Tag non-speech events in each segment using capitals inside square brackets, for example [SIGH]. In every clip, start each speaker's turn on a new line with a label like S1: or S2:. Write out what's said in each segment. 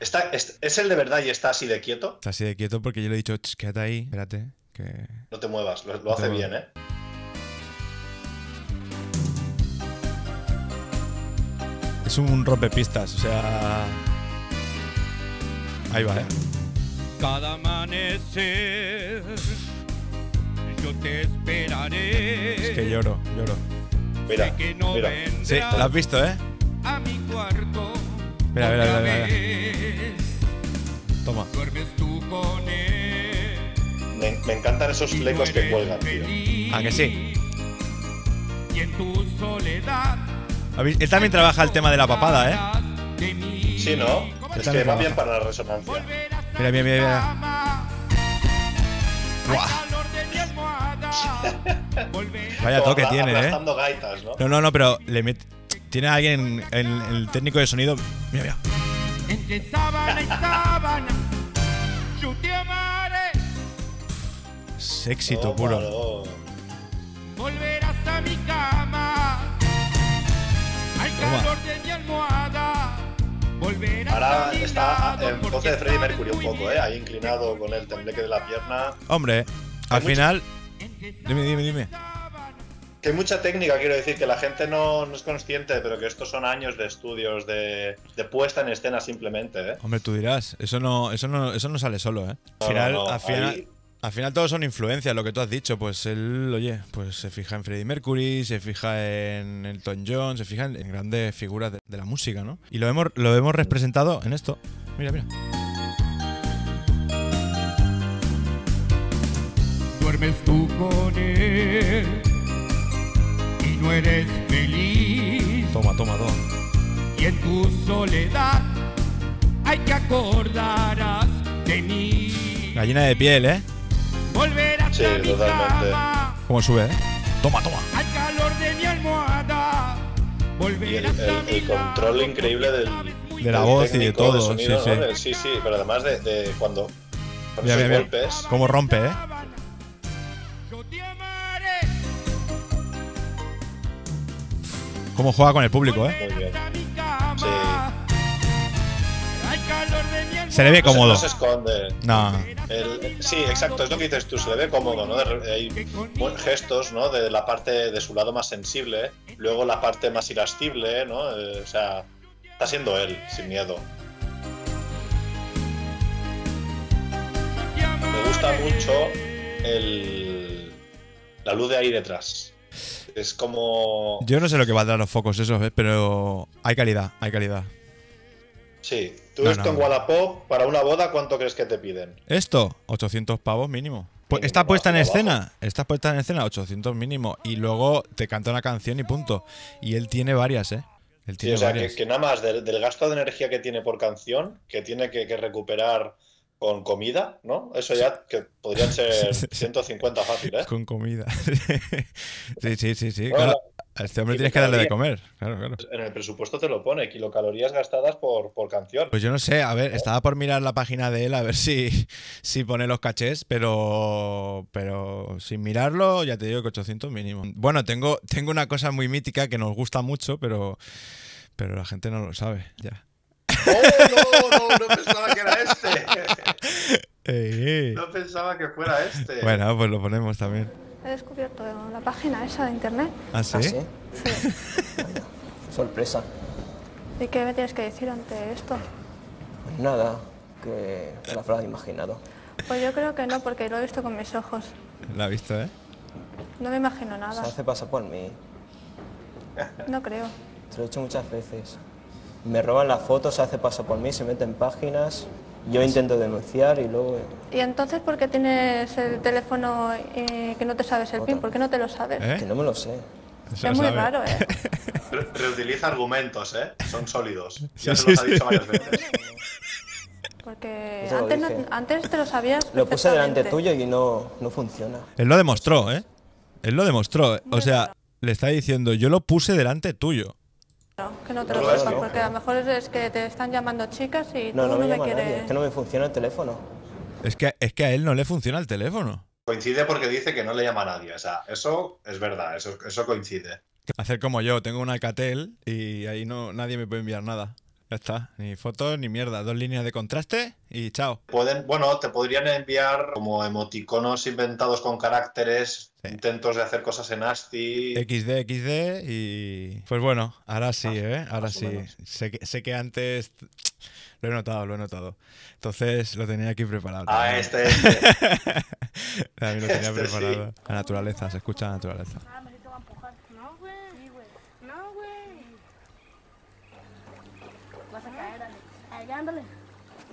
S1: Está, es, es el de verdad y está así de quieto.
S2: Está así de quieto porque yo le he dicho, "Ch, quédate ahí, espérate, que...
S1: No te muevas, lo, lo
S2: No te
S1: hace
S2: muevas.
S1: bien, ¿eh?
S2: Es un rompepistas, o sea... Ahí va, ¿eh?
S3: Cada amanecer yo te esperaré.
S2: Es que lloro, lloro.
S1: Mira,
S3: Sé que no
S1: mira.
S3: vendrás
S2: Sí, lo has visto, ¿eh?
S3: a mi cuarto.
S2: Mira, mira,
S3: otra
S2: mira, mira.
S3: vez.
S2: Toma.
S3: Duermes tú con él.
S1: Me, me encantan esos
S3: y
S1: flecos
S3: tú
S1: que
S3: eres
S1: cuelgan, tío.
S3: feliz.
S2: ¿A Ah, que sí?
S3: Y en tu soledad.
S2: ¿Habéis- Él también trabaja el tema de la papada, ¿eh?
S3: ¿eh? De mí.
S1: Sí, ¿no? Es
S2: Está
S1: que
S2: bien
S1: va bien
S2: trabajado.
S1: para la resonancia.
S3: Volverás a
S2: Mira, mira,
S3: mi
S2: mira, mira.
S3: cama, al calor de
S1: [LAUGHS]
S3: mi almohada. Volverás
S2: Vaya
S1: Como
S2: toque
S1: abra-
S2: tiene, ¿eh?
S1: aplastando gaitas, ¿no?
S2: No, no, no, pero le met- Tiene a alguien, en, en el técnico de sonido... Mira, mira.
S3: Entre sábana y sábana, yo te amaré.
S2: Es éxito
S1: Tómalo.
S2: puro.
S3: Volverás a mi cama, al
S2: Toma.
S3: calor de mi almohada. Volverás a
S1: Ahora
S3: mi
S1: está
S3: lado
S1: en
S3: porque
S1: voz de Freddie
S3: sabes
S1: Mercury un
S3: muy
S1: poco,
S3: bien
S1: ¿eh? Ahí inclinado con el tembleque de la pierna.
S2: Hombre, al
S1: mucho-
S2: final...
S3: entre sábana
S2: Dime, dime, dime.
S3: y sábana.
S1: Que hay mucha técnica, quiero decir, que la gente no, no es consciente, pero que estos son años de estudios, de, de puesta en escena simplemente, ¿eh?
S2: Hombre, tú dirás, eso no, eso no, eso no sale solo, ¿eh?
S1: No,
S2: Al final,
S1: no, no,
S2: al final,
S1: ahí-
S2: al final todos son influencias, lo que tú has dicho. Pues él, oye, pues se fija en Freddie Mercury, se fija en Elton John, se fija en, en grandes figuras de, de la música, ¿no? Y lo hemos, lo hemos representado en esto. Mira, mira.
S3: Duermes tú con él y no eres feliz.
S2: Toma, toma, toma.
S3: Y en tu soledad hay que acordarás de mí.
S2: Gallina de piel, ¿eh?
S3: Volverás
S1: Sí,
S3: a mi
S1: totalmente.
S3: cama,
S2: ¿Cómo sube, eh? Toma, toma.
S3: al calor de mi almohada.
S1: Y el,
S3: Volverás a
S1: el-
S3: mi
S1: el control
S3: lado,
S1: increíble del,
S2: De la
S1: del
S2: voz y de
S1: técnico,
S2: todo,
S1: del sonido,
S2: sí,
S1: ¿no?
S2: sí.
S1: Del- sí, sí, pero además de, de cuando. Con
S2: Mira,
S1: esos
S2: mira, mira.
S1: golpes.
S2: eh. Cómo rompe, ¿eh?
S3: Yo te amaré,
S2: ¿Cómo juega con el público, eh?
S3: volverás
S1: Muy bien.
S3: a mi cama, al calor de mi
S2: Se le ve
S1: No se-
S2: cómodo. Ah.
S1: No se esconde.
S2: No.
S1: El- sí, exacto, es lo que dices tú, se le ve cómodo, ¿no? De re- hay bu- gestos, ¿no? De la parte de su lado más sensible, luego la parte más irascible, ¿no? Eh, o sea, está siendo él, sin miedo. Me gusta mucho el, la luz de ahí detrás. Es como...
S2: Yo no sé lo que valdrán los focos esos, ¿eh? Pero hay calidad, hay calidad.
S1: Sí, tú
S2: No,
S1: esto
S2: no.
S1: en Wallapop, para una boda, ¿cuánto crees que te piden?
S2: Esto, 800 pavos mínimo. Pu-
S1: Mínimo,
S2: Está puesta en
S1: abajo.
S2: escena, está puesta en escena, 800 mínimo. Y luego te canta una canción y punto. Y él tiene varias, ¿eh? Él
S1: Sí,
S2: tiene
S1: o sea, que,
S2: varias.
S1: que nada más del, del gasto de energía que tiene por canción, que tiene que, que recuperar con comida, ¿no? Eso ya que
S2: [LAUGHS]
S1: podrían ser 150 fácil, ¿eh?
S2: Con comida. [LAUGHS] sí, sí, sí, sí.
S1: Bueno,
S2: claro. a este hombre
S1: y
S2: tienes
S1: de
S2: que darle de
S1: cada
S2: comer. Claro, claro.
S1: En el presupuesto te lo pone, kilocalorías gastadas por, por
S2: [LAUGHS]
S1: canción.
S2: Pues yo no sé, a ver, estaba por mirar la página de él a ver si, [LAUGHS] si pone los cachés, pero, pero sin mirarlo ya te digo que 800 mínimo. Bueno, tengo, tengo una cosa muy mítica que nos gusta mucho, pero, pero la gente no lo sabe ya.
S1: ¡Oh, no, no! No pensaba que era [LAUGHS] este.
S2: Ey, ey.
S1: pensaba que fuera este.
S2: Eh, Bueno, pues lo ponemos también.
S4: He descubierto la página esa de internet.
S2: ¿Ah, sí?
S5: ¿Ah, sí?
S4: Sí.
S5: [LAUGHS] Sorpresa.
S4: ¿Y qué me tienes que decir ante esto?
S5: Pues nada, que te lo habrás imaginado.
S4: Pues yo creo que no, porque lo he visto con mis ojos.
S2: La has visto, ¿eh?
S4: No me imagino
S5: Se
S4: nada.
S5: hace pasar por mí.
S4: No creo.
S5: Te lo he hecho muchas veces. Me roban las fotos, se hace pasar por mí, se meten páginas. Yo intento denunciar y luego...
S4: ¿Y entonces por qué tienes el teléfono eh, que no te sabes el PIN? ¿Por qué no te lo sabes?
S2: ¿Eh?
S5: Que no me lo sé.
S2: Eso lo
S4: Es muy
S2: sabe.
S4: raro,
S2: [LAUGHS]
S4: ¿eh?
S1: Re- reutiliza argumentos, ¿eh? Son
S2: [LAUGHS]
S1: sólidos. Ya
S2: Sí,
S1: se los
S2: sí,
S1: ha dicho
S2: sí.
S1: varias veces.
S4: Porque
S5: Eso lo
S4: antes, no-
S5: dije.
S4: antes te lo sabías.
S5: Lo puse delante
S4: perfectamente.
S5: tuyo y no, no funciona.
S2: Él lo demostró, ¿eh? Él lo demostró. O sea, le está diciendo, yo lo puse delante tuyo.
S4: No, que no te
S1: No
S4: lo
S1: lo
S4: sepas,
S1: veo,
S4: porque a lo mejor es que te están llamando chicas y
S5: No,
S4: tú
S5: no
S4: no
S5: me
S4: me
S5: llama nadie,
S4: quieres.
S5: es que no me funciona el teléfono.
S2: Es que, es que a él no le funciona el teléfono.
S1: Coincide porque dice que no le llama a nadie. O sea, eso es verdad, eso, eso coincide.
S2: Hacer como yo, tengo un Alcatel y ahí no nadie me puede enviar nada. Ya está, ni fotos ni mierda, dos líneas de contraste y chao.
S1: Pueden, bueno, te podrían enviar como emoticonos inventados con caracteres,
S2: Sí.
S1: intentos de hacer cosas en ASCII.
S2: XD, XD y... Pues bueno, ahora sí, ¿eh? Ahora
S1: Ah, más o
S2: sí.
S1: menos.
S2: Sé que, sé que antes... Lo he notado, lo he notado. Entonces lo tenía aquí preparado.
S1: Ah,
S2: también.
S1: este, este.
S2: [LAUGHS] También lo tenía
S1: este sí.
S2: preparado. La naturaleza, se escucha la naturaleza.
S6: Ah, me va a empujar. No, güey. Sí, güey. No, güey. Vas a caer, Alex.
S7: Agándole,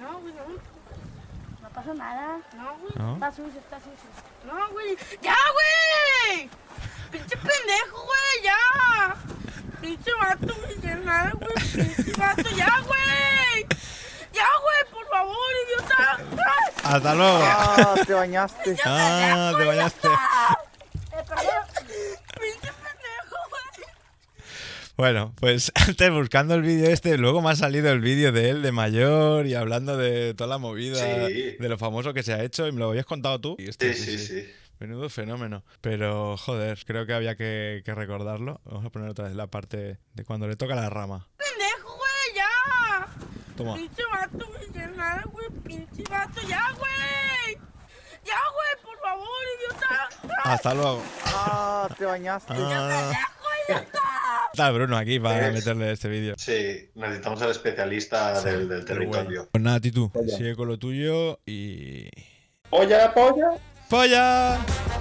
S6: No, güey, no.
S7: no pasa nada.
S6: No, güey.
S2: ¿No?
S7: Está sucio, está sucio.
S6: No, güey. ¡Ya, güey! ¡Pinche pendejo, güey! ¡Ya! ¡Pinche vato, güey! ¡Ya nada, güey! ¡Pinche vato! ¡Ya, güey! ¡Ya, güey! ¡Por favor, idiota! ¡Ay!
S2: ¡Hasta luego!
S8: Ah, te bañaste.
S2: [LAUGHS] ¡Ah, te bañaste!
S7: Eh,
S6: ¡Pinche pendejo, güey!
S2: Bueno, pues [LAUGHS] antes buscando el vídeo este, luego me ha salido el vídeo de él de mayor y hablando de toda la movida,
S1: Sí.
S2: de lo famoso que se ha hecho y me lo habías contado tú. Y este, esto,
S1: Sí, sí, sí.
S2: Menudo fenómeno. Pero joder, creo que había que, que recordarlo. Vamos a poner otra vez la parte de cuando le toca la rama.
S6: ¡Pendejo, güey! ¡Ya!
S2: Toma.
S6: Pinche vato, güey, ya nada, güey, pinche vato, ya, güey. Ya, güey, por favor, idiota. Ay,
S2: Hasta luego.
S8: Ah, te bañaste.
S2: Ah,
S6: pendejo, idiota.
S2: está Bruno aquí para
S1: Es-
S2: meterle este vídeo.
S1: Sí, necesitamos al especialista del, del
S2: Pero bueno.
S1: territorio.
S2: Pues nada, Titu,
S5: Venga.
S2: sigue con lo tuyo y...
S1: ¡Polla, polla!
S2: ¡Polla!